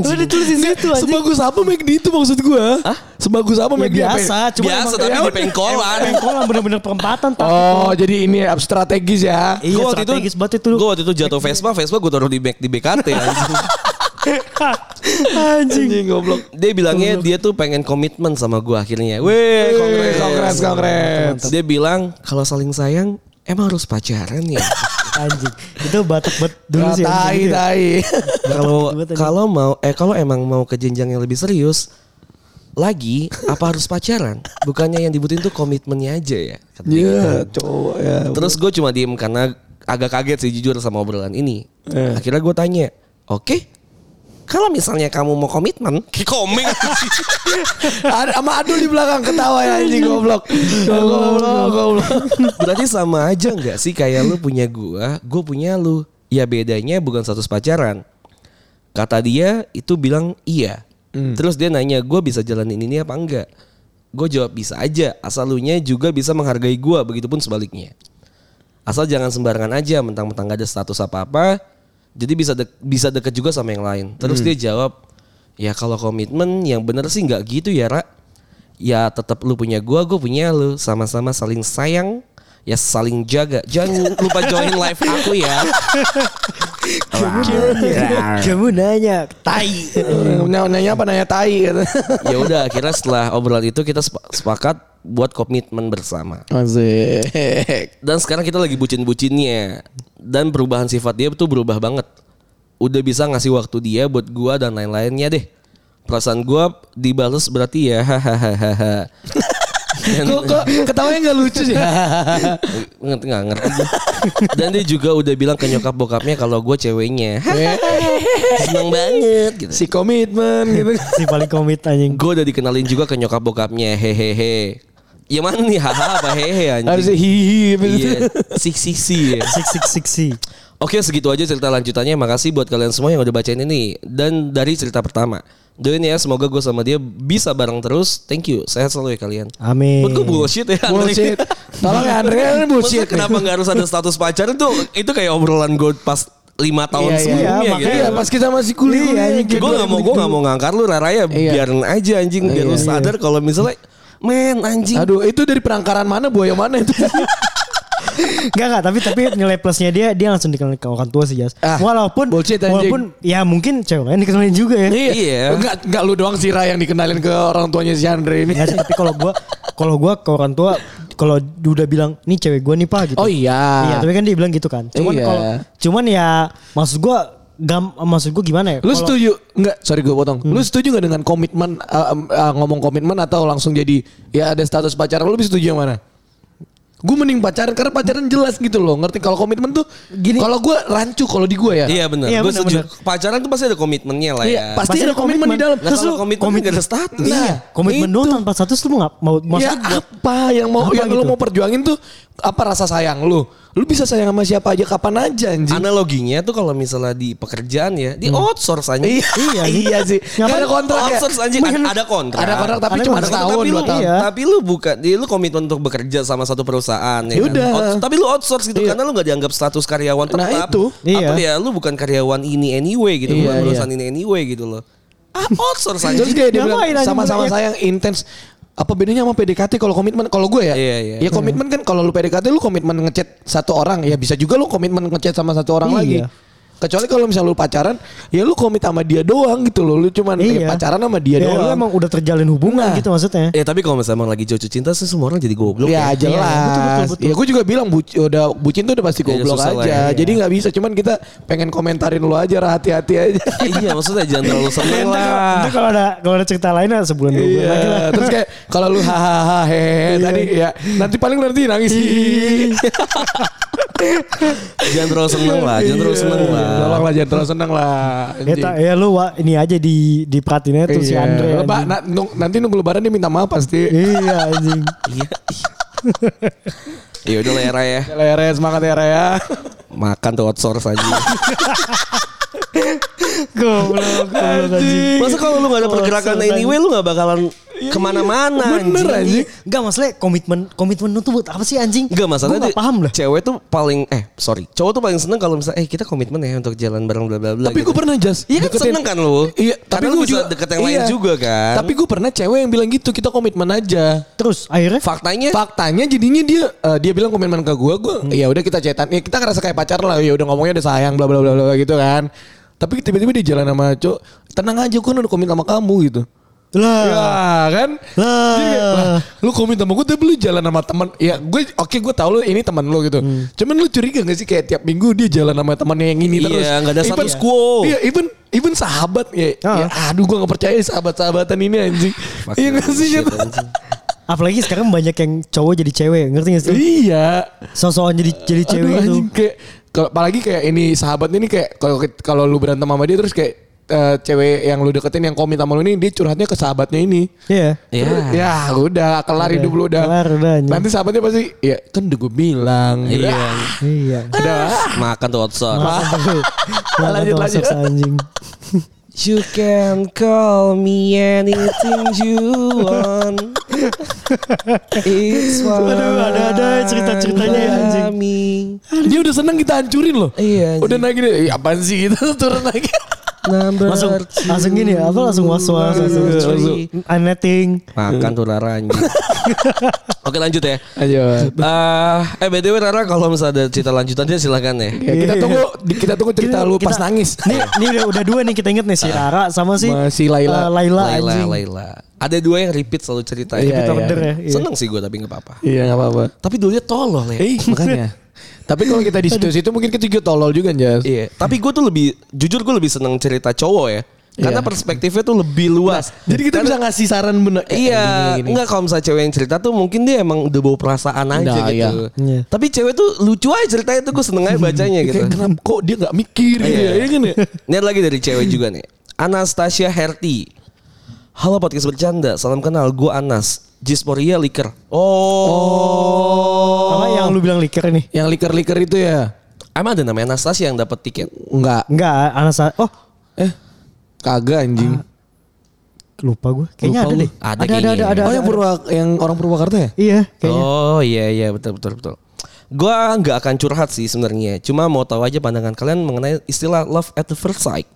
Lu ditulisin situ aja. Sebagus apa make di itu maksud gua? Hah? Sebagus apa Ya make di biasa, cuma Biasa emang- tapi di pengkolan. pengkolan bener-bener perempatan tapi Oh, jadi ini ab- strategis ya. Iya, strategis banget itu. Gue waktu itu jatuh Vespa, Vespa gue taruh di back di BKT. anjing. anjing. Anjing goblok. dia bilangnya dia tuh pengen komitmen sama gue akhirnya. Weh, Eh, Kongres, kongres, kongres. Dia bilang kalau saling sayang emang harus pacaran ya. Anjing. Itu batuk banget dulu Ah, sih. anjing Tai, gitu ya. tai. Kalau banget, anjing. kalau mau eh kalau emang mau ke jenjang yang lebih serius lagi apa harus pacaran? Bukannya yang dibutuhin tuh komitmennya aja ya. kata dia. Iya, cowok ya. Terus gue cuma diem karena agak kaget sih jujur sama obrolan ini. Akhirnya gue tanya, oke, kalau misalnya kamu mau komitmen, komik. Ada sama Adul di belakang ketawa ya anjing goblok. Goblok, goblok. Berarti sama aja nggak sih kayak lu punya gua, gua punya lu. Ya bedanya bukan status pacaran. Kata dia itu bilang iya. Terus dia nanya gua bisa jalanin ini apa enggak? Gue jawab bisa aja, asal lunya juga bisa menghargai gua begitupun sebaliknya. Asal jangan sembarangan aja mentang-mentang gak ada status apa-apa. Jadi bisa dek- bisa deket juga sama yang lain. Terus dia jawab, "Ya kalau komitmen yang bener sih nggak gitu ya, Ra. Ya tetap lu punya gua, gua punya lu. Sama-sama saling sayang, ya saling jaga. Jangan lupa join live aku ya." Kamu nanya tai. Nanya nanya apa nanya tai gitu. ya udah akhirnya setelah obrolan itu kita sepa- sepakat buat komitmen bersama. Asik. Dan sekarang kita lagi bucin-bucinnya. Dan perubahan sifat dia tuh berubah banget. Udah bisa ngasih waktu dia buat gua dan lain-lainnya deh. Perasaan gua dibales berarti ya hahaha. Kok kok ketawanya enggak lucu sih? ngerti nggak ngerti. Dan dia juga udah bilang ke nyokap bokapnya kalau gua ceweknya. Seneng banget gitu. si komitmen gitu. Si paling komit anjing. Gua udah dikenalin juga ke nyokap bokapnya hehehe. Ya mana nih haha apa hehe Harusnya anjing. hihi gitu. Iya, sik sik sik ya. Sik sik sik si. Oke segitu aja cerita lanjutannya Makasih buat kalian semua yang udah bacain ini Dan dari cerita pertama Doain ya semoga gue sama dia bisa bareng terus Thank you Sehat selalu ya kalian Amin. Buat gue bullshit ya Andre. Bullshit. Tolong ya Andre ini Maksudnya bullshit. kenapa gak harus ada status pacaran tuh Itu kayak obrolan gue pas 5 tahun Iya, iya, sebelumnya gitu Iya, pas kita masih kuliah. Iya, gitu. Gue gak mau gue gak mau ngangkar lu Rara Iya. ya Biarin aja anjing Biar lu sadar kalau misalnya Men anjing Aduh, itu dari perangkaran mana buaya mana itu? Enggak enggak, tapi tapi nilai plusnya dia dia langsung dikenalin ke orang tua sih, Jas. Ah, walaupun bullshit, anjing. walaupun ya mungkin cewek lain dikenalin juga ya. Iya. Enggak enggak lu doang sih Ra yang dikenalin ke orang tuanya si Andre ini. Ya, Enggak Iya sih, tapi kalau gua kalau gua ke orang tua kalau udah bilang nih cewek gua nih Pak gitu. Oh iya. Iya, tapi kan dia bilang gitu kan. Cuman Iya. kalau cuman ya maksud gua gam maksud gua gimana ya? Lu Kalau- Hmm. setuju enggak? Sorry gue potong. Lu setuju nggak dengan komitmen uh, um, uh, ngomong komitmen atau langsung jadi ya ada status pacaran? Lu lebih setuju yang mana? Gue mending pacaran karena pacaran jelas gitu loh. Ngerti kalau komitmen tuh Gini. kalau gue rancu kalau di gue ya. Iya benar Iya, Gue benar, setuju benar. Pacaran tuh pasti ada komitmennya lah Iya, ya pasti ada komitmen di dalam. Nah, Nah, Terus kalau lu komitmen nggak ada status. Iya, komitmen doang tanpa status lu mau ngap- mau ya maksud gua apa yang mau Apa yang lu gitu? mau perjuangin tuh apa rasa sayang lu? Lu bisa sayang sama siapa aja kapan aja anjing. Analoginya tuh kalau misalnya di pekerjaan ya, di outsource aja. Iya, iya, iya sih. Gak ada kontrak ya. outsource anjing. Ada, ada kontrak. Ada kontrak tapi Ada cuma kontrak, setahun tapi dua lu, tahun. iya. Tapi lu bukan, di- lu komitmen untuk bekerja sama satu perusahaan. Ya, kan? Yaudah. Out- tapi lu outsource gitu karena lu nggak dianggap status karyawan Iya. Nah, tetap. itu. Iya. Atau ya lu bukan karyawan ini anyway gitu, Iya, bukan iya. perusahaan ini anyway gitu loh. Ah, outsource aja. Terus kayak dia Ngapain bilang anjing sama-sama banyak? sayang intens. Apa bedanya sama PDKT kalau komitmen? Kalau gue ya, Iya, iya. ya komitmen kan kalau lu PDKT lu komitmen ngechat satu orang ya bisa juga lu komitmen ngechat sama satu orang Iya. lagi. Kecuali kalau misalnya lu pacaran, ya lu komit sama dia doang gitu loh. Lu cuman ya, pacaran sama dia Ya, doang. Lu emang udah terjalin hubungan Nah. gitu maksudnya. Ya tapi kalau misalnya emang lagi jatuh cinta sih semua orang jadi goblok. Ya Iya, jelas. betul, betul, betul. Ya gue juga bilang buc- udah bucin tuh udah pasti Ya, goblok susah aja. lah ya. Jadi nggak bisa. Cuman kita pengen komentarin lu aja, Ra, hati-hati aja. iya maksudnya jangan terlalu seneng Nanti kalau- lah. nanti kalau ada kalau ada cerita lainnya sebulan dua bulan lagi lah. Ya, Iya, Iya. Terus kayak kalau lu hahaha hehehe tadi ya nanti paling lu nanti nangis. Jangan terlalu seneng lah, jangan terlalu Iya, seneng lah. Tolong lah jangan terlalu seneng lah. Ya, tak- ya lu wa, ini aja di diperhatiin aja tuh si Iya. Andre. Lepa- anjing. na- nung- nanti nunggu lebaran dia minta maaf pasti. Iya anjing. Iya. Ya udah lah ya, Ra, ya. Ya, Lere, semangat ya Raya. Makan tuh outsource aja. Goblok, goblok anjing. Masa kalau lu gak ada pergerakan Iya. Outsource, anyway lu gak bakalan kemana-mana Bener, anjing. Enggak masalah komitmen komitmen lu tuh buat apa sih anjing? Enggak masalah tuh Gue gak paham lah. Cewek tuh paling eh sorry, cowok tuh paling seneng kalau misalnya eh kita komitmen ya untuk jalan bareng bla bla bla. Tapi gitu. gue pernah jas. Iya kan deketin- seneng kan lu? Iya. Karena Tapi lu gue bisa juga iya. deket yang lain juga kan? Tapi gue pernah cewek yang bilang gitu kita komitmen aja. Terus akhirnya faktanya Faktanya jadinya dia eh, dia bilang komitmen ke gue, gue Hmm. ya udah kita cetan, ya kita ngerasa kayak pacar lah, ya udah ngomongnya udah sayang, bla bla bla bla gitu kan. Tapi tiba-tiba dia jalan sama cowok, tenang aja gue udah komit sama kamu gitu. lah. Iya. Ya kan? Lah. Jadi kayak, lah, lu komit sama gue tapi lu jalan sama teman. Ya gue oke gue tahu lu ini teman lu gitu. Cuman lu curiga gak sih kayak tiap minggu dia jalan sama temannya yang ini Iya, terus. nggak ada Even- status quo. Iya, even even sahabat ya. Ah. ya aduh gue gak percaya sahabat-sahabatan ini anjing. Iya gak sih Shit, gitu. anjing. Apalagi sekarang banyak yang cowok jadi cewek, ngerti gak sih? Iya. Sosokan jadi jadi Aduh, cewek gitu. itu. anjing, kayak kalau apalagi kayak ini sahabatnya ini kayak kalau kalau lu berantem sama dia terus kayak eh, cewek yang lu deketin yang komit sama lu ini dia curhatnya ke sahabatnya ini. Iya. Iya. Ya udah kelar hidup lu udah. kelar udah, anjing. Nanti sahabatnya pasti ya kan udah gue bilang. gitu. Iya. Ah, Iya. Udah. ah. Makan tuh outsource. Lanjut, lanjut. Lanjut lanjut anjing. You can call me anything you want. It's what Aduh, ada- ada cerita-ceritanya ya, anjing. me. Dia udah seneng kita hancurin loh. Iya, anjing. Udah naik gini, "Ih, apaan sih gitu turun lagi. Number Langsung two. langsung gini ya, apa langsung was-was langsung. Unneting. Makan tuh Rara anjing. Oke lanjut ya. Ayo. Eh, eh BTW Rara kalau misalnya ada cerita lanjutannya silakan ya. Ya, kita tunggu kita tunggu cerita Kita- lu kita- pas nangis. Nih, nih udah, udah dua nih kita inget nih si Rara sama si Sama si Ah. Laila. eh, Laila, Laila, anjing. Laila. Ada dua yang repeat selalu cerita. Iya, Kita iya. bener ya. iya. Seneng sih gue tapi nggak apa-apa. Iya gak apa-apa. Tapi dulunya tolol ya. Eh makanya. Tapi kalau kita di situ-situ mungkin kita juga tolol juga Jas. Iya. Tapi gue tuh lebih jujur gue lebih seneng cerita cowok ya. Iya. Nah, Karena perspektifnya tuh lebih luas. Jadi kita bisa ngasih saran bener. eh, gini, Iya, gini, gini. enggak kalau misalnya cewek yang cerita tuh mungkin dia emang udah bawa perasaan aja Nah, gitu. iya. Iya. Tapi cewek tuh lucu aja ceritanya tuh gue seneng aja bacanya gitu. Kayak kenapa kok dia gak mikir gitu Iya. ya. Iya kan ya. Ini ada lagi dari cewek juga nih. Anastasia Herti. Halo podcast bercanda, salam kenal gue Anas. Jisporia Liker. Oh. Apa yang lu bilang liker nih? Yang liker-liker itu ya. Emang ada namanya Anastasia yang dapat tiket? Enggak. Enggak, Anasa. Oh, Eh. Kagak anjing. lupa gue. Kayaknya Lupa ada lu. deh. Ada ada, ada, kayaknya. ada, ada, oh yang ada. Purwa yang orang Purwakarta ya? Iya, kayaknya. Oh iya iya betul betul betul. Gua nggak akan curhat sih sebenarnya. Cuma mau tahu aja pandangan kalian mengenai istilah love at the first sight.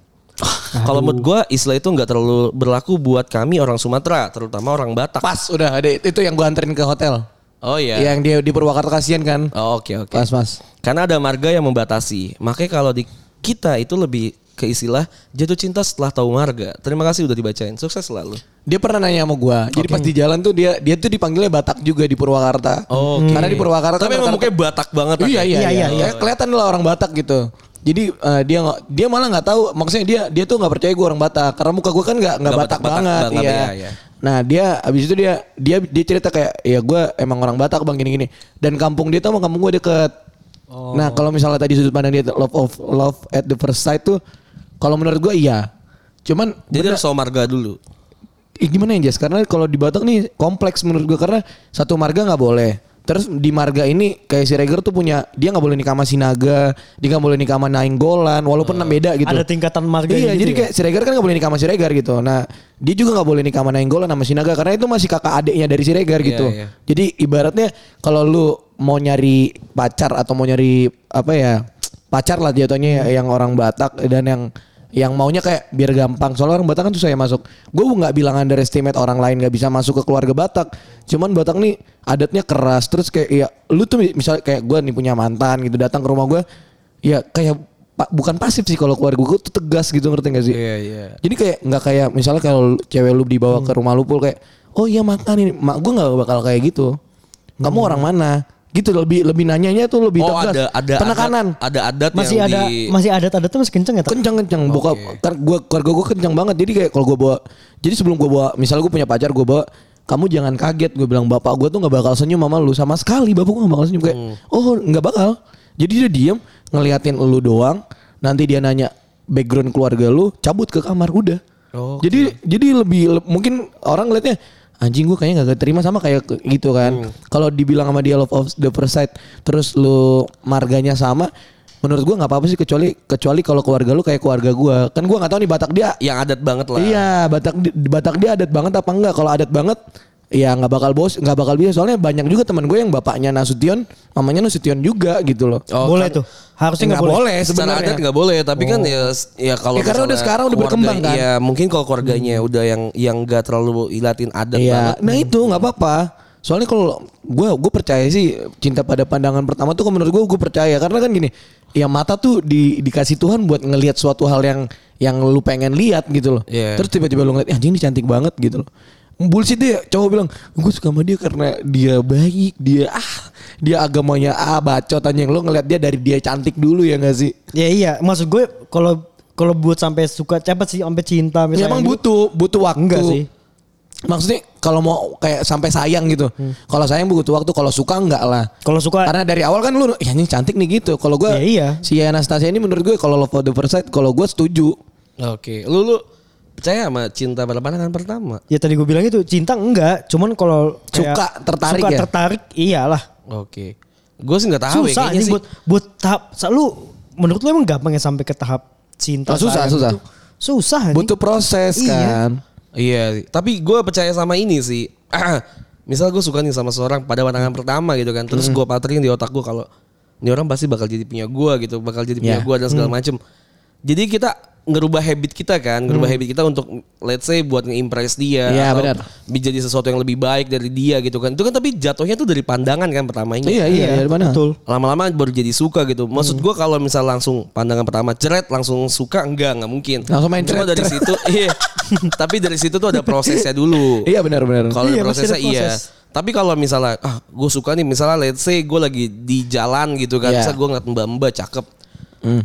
Kalau menurut gua istilah itu nggak terlalu berlaku buat kami orang Sumatera, terutama orang Batak. Pas udah ada itu yang gua anterin ke hotel. Oh iya. Yang dia di Purwakarta kasihan kan. Oh, Oke oke. Ya. Pas pas. Karena ada marga yang membatasi. Makanya kalau di kita itu lebih ke istilah jatuh cinta setelah tahu marga. Terima kasih udah dibacain. Sukses selalu. Dia pernah nanya sama gua. Jadi pas di jalan tuh dia dia tuh dipanggilnya Batak juga di Purwakarta. Oke. Karena di Purwakarta Tapi kan emang mukanya Batak banget. Iya Pak. iya iya. Iya, iya, iya. Kayak Kelihatan lah orang Batak gitu. Jadi eh, dia nggak- dia malah nggak tahu maksudnya dia dia tuh nggak percaya gue orang Batak karena muka gue kan nggak nggak Nggak Batak, Batak-Batak banget, banget, iya. iya, iya. Nah dia abis itu dia dia dia cerita kayak ya gue emang orang Batak bang gini gini dan kampung dia tuh sama kampung gue deket. Nah kalau misalnya tadi sudut pandang dia love of love at the first sight tuh kalau menurut gue iya. Cuman Jadi harus tahu marga dulu. Ih, gimana ya Jas? Karena kalau di Batak nih kompleks menurut gua karena satu marga nggak boleh. Terus di marga ini kayak si Reger tuh punya dia nggak boleh nikah sama Sinaga, dia nggak boleh nikah sama Nainggolan, walaupun beda gitu. Eh, Ada tingkatan marga Iya, gitu jadi ya? kayak Siregar kan gak boleh nikah sama Siregar gitu. Nah, dia juga gak boleh nikah sama Nainggolan sama Sinaga karena itu masih kakak adiknya dari Siregar gitu. iya. Jadi ibaratnya kalau lu mau nyari pacar atau mau nyari apa ya? Pacar lah jatuhnya ya, yang orang Batak dan yang yang maunya kayak biar gampang. Soalnya orang Batak kan susah ya masuk. Gue nggak bilang underestimate orang lain nggak bisa masuk ke keluarga Batak. Cuman Batak nih adatnya keras. Terus kayak ya lu tuh misalnya kayak gue nih punya mantan gitu datang ke rumah gue, ya kayak Pa- bukan pasif sih kalau keluarga gue tuh tegas gitu ngerti gak sih? Iya iya. Jadi kayak nggak kayak misalnya kalau lu- cewek lu dibawa Hmm. ke rumah lu pul kayak oh iya makan ini, mak gue nggak bakal kayak gitu. Kamu orang mana? Gitu lebih lebih nanyanya tuh lebih Hmm. Oh tegas. ada ada penekanan. adat, ada adat Masih yang ada di masih adat-adatnya masih kenceng ya, Tat? kencang kencang buka kan gua keluarga gue kencang banget jadi kayak kalau gue bawa jadi sebelum gue bawa misalnya gue punya pacar gue bawa kamu jangan kaget gue bilang bapak gue tuh nggak bakal senyum sama lu sama sekali bapak gue nggak bakal senyum kayak Hmm. oh nggak bakal jadi dia diem ngeliatin lu doang nanti dia nanya background keluarga lu cabut ke kamar udah Oke. jadi jadi lebih le- mungkin orang ngeliatnya anjing gue kayaknya gak terima sama kayak ke- gitu kan. Kalau dibilang sama dia love of the first sight terus lu marganya sama menurut gua nggak apa-apa sih kecuali kecuali kalau keluarga lu kayak keluarga gua. Kan gua nggak tahu nih Batak dia Yang adat banget lah. Iya, Batak di Batak dia adat banget apa enggak? Kalau adat banget ya nggak bakal bos nggak bakal bisa soalnya banyak juga teman gue yang bapaknya Nasution mamanya Nasution juga gitu loh Oh, boleh kan- tuh. Harusnya Nggak nggak boleh. boleh secara sebenarnya. adat nggak boleh tapi kan ya ya kalau Ya, karena misalnya udah sekarang udah keluarga- berkembang, kan? Hmm. Iya, mungkin kalau keluarganya udah yang yang nggak terlalu ilatin adat Iya, banget nah itu nggak apa-apa. Soalnya kalau gue gue percaya sih cinta pada pandangan pertama tuh kalau menurut gue gue percaya karena kan gini, ya mata tuh di, dikasih Tuhan buat ngelihat suatu hal yang yang lu pengen lihat gitu loh. Iya. Terus tiba-tiba lu ngeliat "Eh, anjing ini cantik banget gitu loh. Bullshit dia cowok bilang gue suka sama dia karena dia baik dia ah dia agamanya ah bacot anjing lu ngeliat dia dari dia cantik dulu ya gak sih? Ya iya, maksud gue kalau kalau buat sampai suka cepet sih sampai cinta sampai Ya, sayang emang gitu. butuh butuh waktu. Enggak sih. Maksudnya kalau mau kayak sampai sayang gitu. Hmm. Kalau sayang butuh waktu, kalau suka enggak lah. Kalau suka Karena dari awal kan lu ya ini cantik nih gitu. Kalau gua Ya, iya. si Anastasia ini menurut gue kalau love for the first sight kalau gua setuju. Nah. oke lu lu percaya sama cinta pada pandangan pertama ya tadi gue bilang itu cinta enggak, cuman kalau kayak Suka, tertarik suka ya? tertarik iyalah. oke gue sih nggak tahu ya, susah kayaknya anjing sih buat buat tahap sa- lu menurut lu emang gampang ya sampai ke tahap cinta Oh, susah, sayang susah. gitu? Susah anjing. Butuh proses Iya. kan. Iya, tapi gue percaya sama ini sih. Misal gue suka nih sama seorang pada pandangan pertama gitu kan, terus gue paterin di otak gue kalau ini orang pasti bakal jadi punya gue gitu, bakal jadi Iya. punya gue dan segala macem. Jadi kita ngerubah habit kita kan, ngerubah habit kita untuk let's say buat nge-impress dia Iya, Mm. atau benar. menjadi sesuatu yang lebih baik dari dia gitu kan. Itu kan tapi jatuhnya tuh dari pandangan kan pertamanya. Iya, iya, dari mana? Betul. Hmm. Lama-lama baru jadi suka gitu. Maksud gue kalau misal langsung pandangan pertama ceret langsung suka enggak nggak mungkin. Langsung main ceret, Cuma dari ceret. situ iya. Tapi dari situ tuh ada prosesnya dulu. Iya benar-benar. Kalau ada Iya, pasti prosesnya ada iya. proses. Tapi kalau misalnya ah gue suka nih misalnya let's say gue lagi di jalan gitu kan, Iya. misal gue ngeliat mbak-mbak cakep.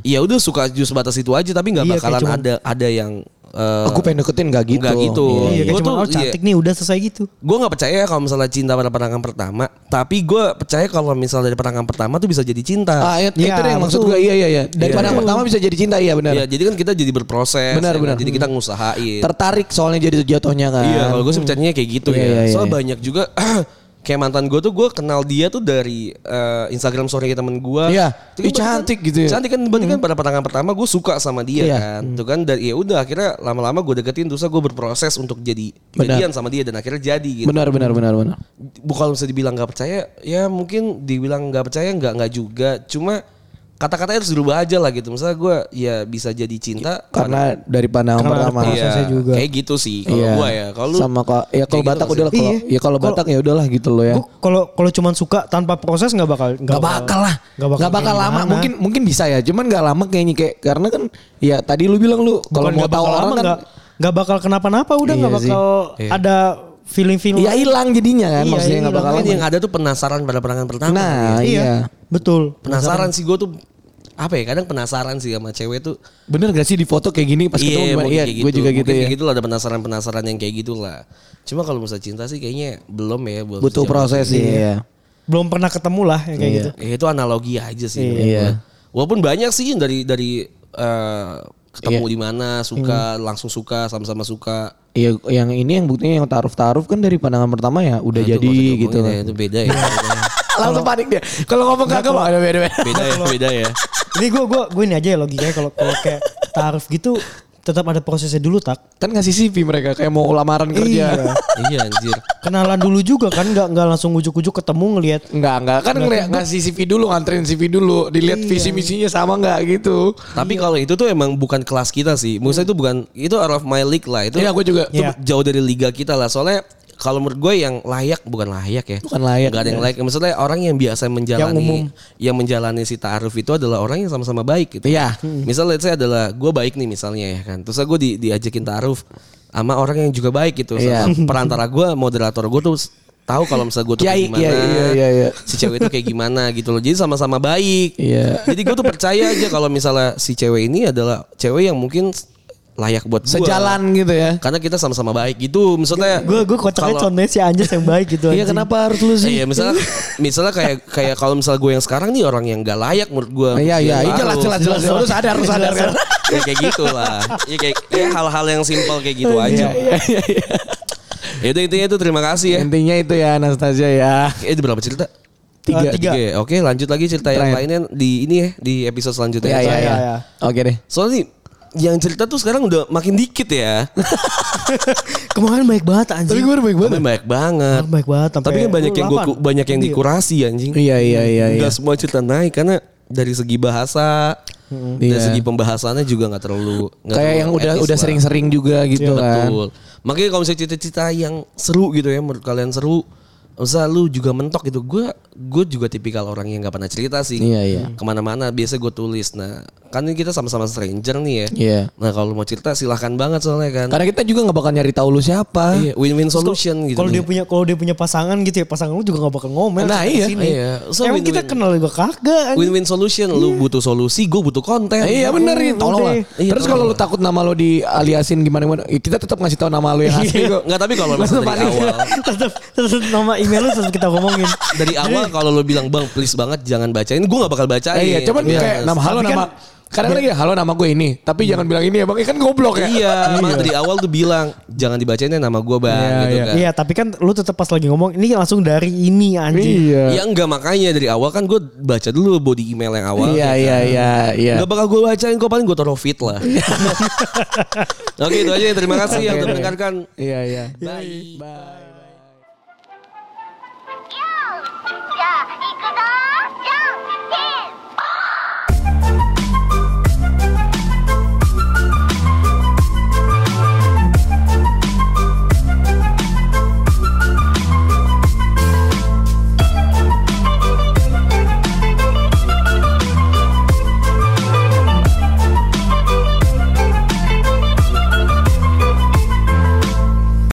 Ya udah suka just batas itu aja tapi nggak Hmm. Iya, kayak bakalan cuman- ada ada yang eh, Aku pengen deketin gak gitu. Nggak gitu. Iya. Iya, kayak Gua cuman tuh- oh, cantik nih udah selesai gitu. Gue nggak percaya kalau misalnya cinta pada pandangan pertama, tapi gue percaya kalau misalnya dari pandangan pertama tuh bisa jadi cinta. Ah, itu Iya, itu yang maksud betul. gue. Iya, iya, iya. Dari Iya. pandangan Betul. pertama bisa jadi cinta, iya benar. Iya, jadi kan kita jadi berproses. Benar, ya kan? benar. Jadi kita ngusahain. Tertarik soalnya jadi jatuhnya kan. iya, kalau gue sih percayanya kayak gitu Iya, ya. iya, iya, Soalnya iya. banyak juga kayak mantan gue tuh gue kenal dia tuh dari eh, Instagram story temen gue. Iya. Ih, Itu kan berarti kan- cantik gitu ya. Cantik kan berarti kan pada pandangan pertama gue suka sama dia Iya. kan. Itu kan dari ya udah akhirnya lama-lama gue deketin terus gue berproses untuk jadi Benar. jadian sama dia dan akhirnya jadi gitu. Benar, benar, benar, benar. Bukan bisa dibilang nggak percaya, ya mungkin dibilang nggak percaya nggak nggak juga. Cuma kata-katanya harus dirubah aja lah gitu. Misalnya gue ya bisa jadi cinta Karena dari pandangan Karena ada pertama. proses. prosesnya juga. Kayak gitu sih kalau gua ya. Kalau lu Iya. sama kok ya kalau kayak gitu Batak nggak udah lah kalau Iya. ya kalau Kalau- Batak ya udahlah gitu loh ya. Gua kalau kalau cuman suka tanpa proses nggak bakal Gak bakal lah, Nggak bakal, gak bakal kayak lama. gimana. Mungkin mungkin bisa ya, cuman gak lama kayaknya kayak karena kan ya tadi lu bilang lu kalau Bukan mau nggak tahu bakal orang lama, kan nggak- nggak bakal kenapa-napa udah Iya nggak sih. bakal ada feeling-feeling. ya hilang jadinya kan, Iya, maksudnya gak hilang. bakal Kan lama. yang ada tuh penasaran pada perangan pertama. Nah, ya. iya. Betul. penasaran sih gua tuh apa ya kadang penasaran sih sama cewek tuh. Bener gak sih di foto kayak gini pas ketemu gimana? mungkin Iya, kayak gue juga Mungkin gitu ya. Kayak gitu lah ada penasaran-penasaran yang kayak gitulah. Cuma kalau misalnya cinta sih kayaknya belum ya belum Butuh sejauh proses itu. sih. Iya. Belum pernah ketemu lah yang kayak Iya. gitu. Ya, itu analogi aja sih. menurut Iya. gua. Walaupun banyak sih dari dari eh, ketemu di mana suka Hmm. langsung suka sama-sama suka. Iya, yang ini yang buktinya yang taruf-taruf kan dari pandangan pertama ya udah Nah, Itu jadi nggak usah gitu. diomongin ya, itu beda ya. Langsung panik dia. Kalau ngomong kagak mau beda ya, beda ya. Ini gue gue gue ini aja ya logikanya kalau kalau kayak tarif gitu tetap ada prosesnya dulu tak. Kan ngasih CV mereka kayak mau lamaran kerja. iya anjir. Kenalan dulu juga kan nggak nggak langsung ujuk-ujuk ketemu ngelihat Enggak, enggak. Kan ngeliat ngasih CV dulu, nganterin CV dulu, dilihat visi misinya sama enggak gitu. Tapi kalau itu tuh emang bukan kelas kita sih. Maksudnya itu bukan itu out of my league lah. Itu Iya, gue juga. itu Iya. jauh dari liga kita lah. Soalnya kalau menurut gue yang layak bukan layak ya. Bukan layak. iya. Gak ada yang layak. Maksudnya orang yang biasa menjalani yang, umum. menjalani si ta'aruf itu adalah orang yang sama-sama baik gitu. Iya. Misalnya let's say adalah gue baik nih misalnya ya kan. Terus gue di, diajakin ta'aruf sama orang yang juga baik gitu. Iya. Sama Perantara gue, moderator gue tuh tahu kalau misalnya gue tuh Kiai, kayak gimana. kiai, iya, iya, iya. Si cewek itu kayak gimana gitu loh. Jadi sama-sama baik. Iya. Jadi gue tuh percaya aja kalau misalnya si cewek ini adalah cewek yang mungkin layak buat gue. Sejalan gitu ya. Karena kita sama-sama baik gitu. Misalnya gue gue kocaknya kalau- contohnya si Anjas yang baik gitu. Iya, anjing. kenapa harus lu sih? Iya misalnya misalnya kayak kayak kalau misalnya gue yang sekarang nih orang yang gak layak menurut gue. Iya, iya, iya, jelas, jelas, jelas. Lu sadar, lu sadar kan. Ya kayak gitu lah. Ya kayak ya hal-hal yang simpel kayak gitu Iya, aja. Ya udah intinya itu terima kasih ya. Intinya itu ya Anastasia ya. Eh itu berapa cerita? Tiga. Eh, tiga. ya. Oke, lanjut lagi cerita yang Terakhir. lainnya di ini ya, di episode selanjutnya. Iya iya Iya, iya. iya. Oke deh. Soalnya nih, yang cerita tuh sekarang udah makin dikit ya. Kemarin baik banget Tapi anjing. baik banget. Baik banget. Oh, Baik banget. Tapi kan banyak yang gua ku- banyak yang dikurasi anjing. Iya iya iya. iya. Nggak semua cerita naik karena dari segi bahasa dari Iya. segi pembahasannya juga nggak terlalu nggak Kayak terlalu yang udah etis udah lah. Iya, sering-sering juga gitu kan. Betul. Makanya kalau misalnya cerita-cerita yang seru gitu ya menurut kalian seru, usah lu juga mentok gitu. Gue gue juga tipikal orang yang nggak pernah cerita sih. Iya, iya. Kemana-mana biasa gue tulis. Nah kan ini kita sama-sama stranger nih ya. Iya. Nah kalau mau cerita silahkan banget soalnya kan. Karena kita juga nggak bakal nyari tahu lu siapa. Iya, win-win solution gitu. Kalau nih. dia punya kalau dia punya pasangan gitu ya, pasangan lu juga gak bakal ngomel. Nah, sampai iya, sini. iya. So, Emang kita win-win. kenal juga kagak. anjing. win-win solution, lu butuh solusi, gue butuh konten. Nah, iya bener Iya, ya, tolong lah. udah. Iya, Terus kalau lu takut nama lu dialiasin gimana gimana, kita tetap ngasih tahu nama lu yang asli kok. Enggak tapi kalau misalnya dari panik. awal tetap tetap nama email lu tetap kita ngomongin. dari awal Iya. kalau lu bilang bang please banget jangan bacain, gue nggak bakal bacain. Eh, iya, cuman Iya. kayak nama halo Tapi nama kan- kadang lagi halo nama gue ini, tapi jangan bilang ini ya bang, ini kan goblok ya. Iya, emang dari awal tuh bilang jangan dibacain ya nama gue bang, Iya, gitu iya. kan. Iya, tapi kan lu tetap pas lagi ngomong ini langsung dari ini anjing. Iya. Ya enggak makanya dari awal kan gue baca dulu body email yang awal. Iya iya iya iya. Gak bakal gue bacain kok paling gue taruh feed lah. ya, Oke itu aja terima kasih yang udah mendengarkan. Iya iya. Bye. Bye.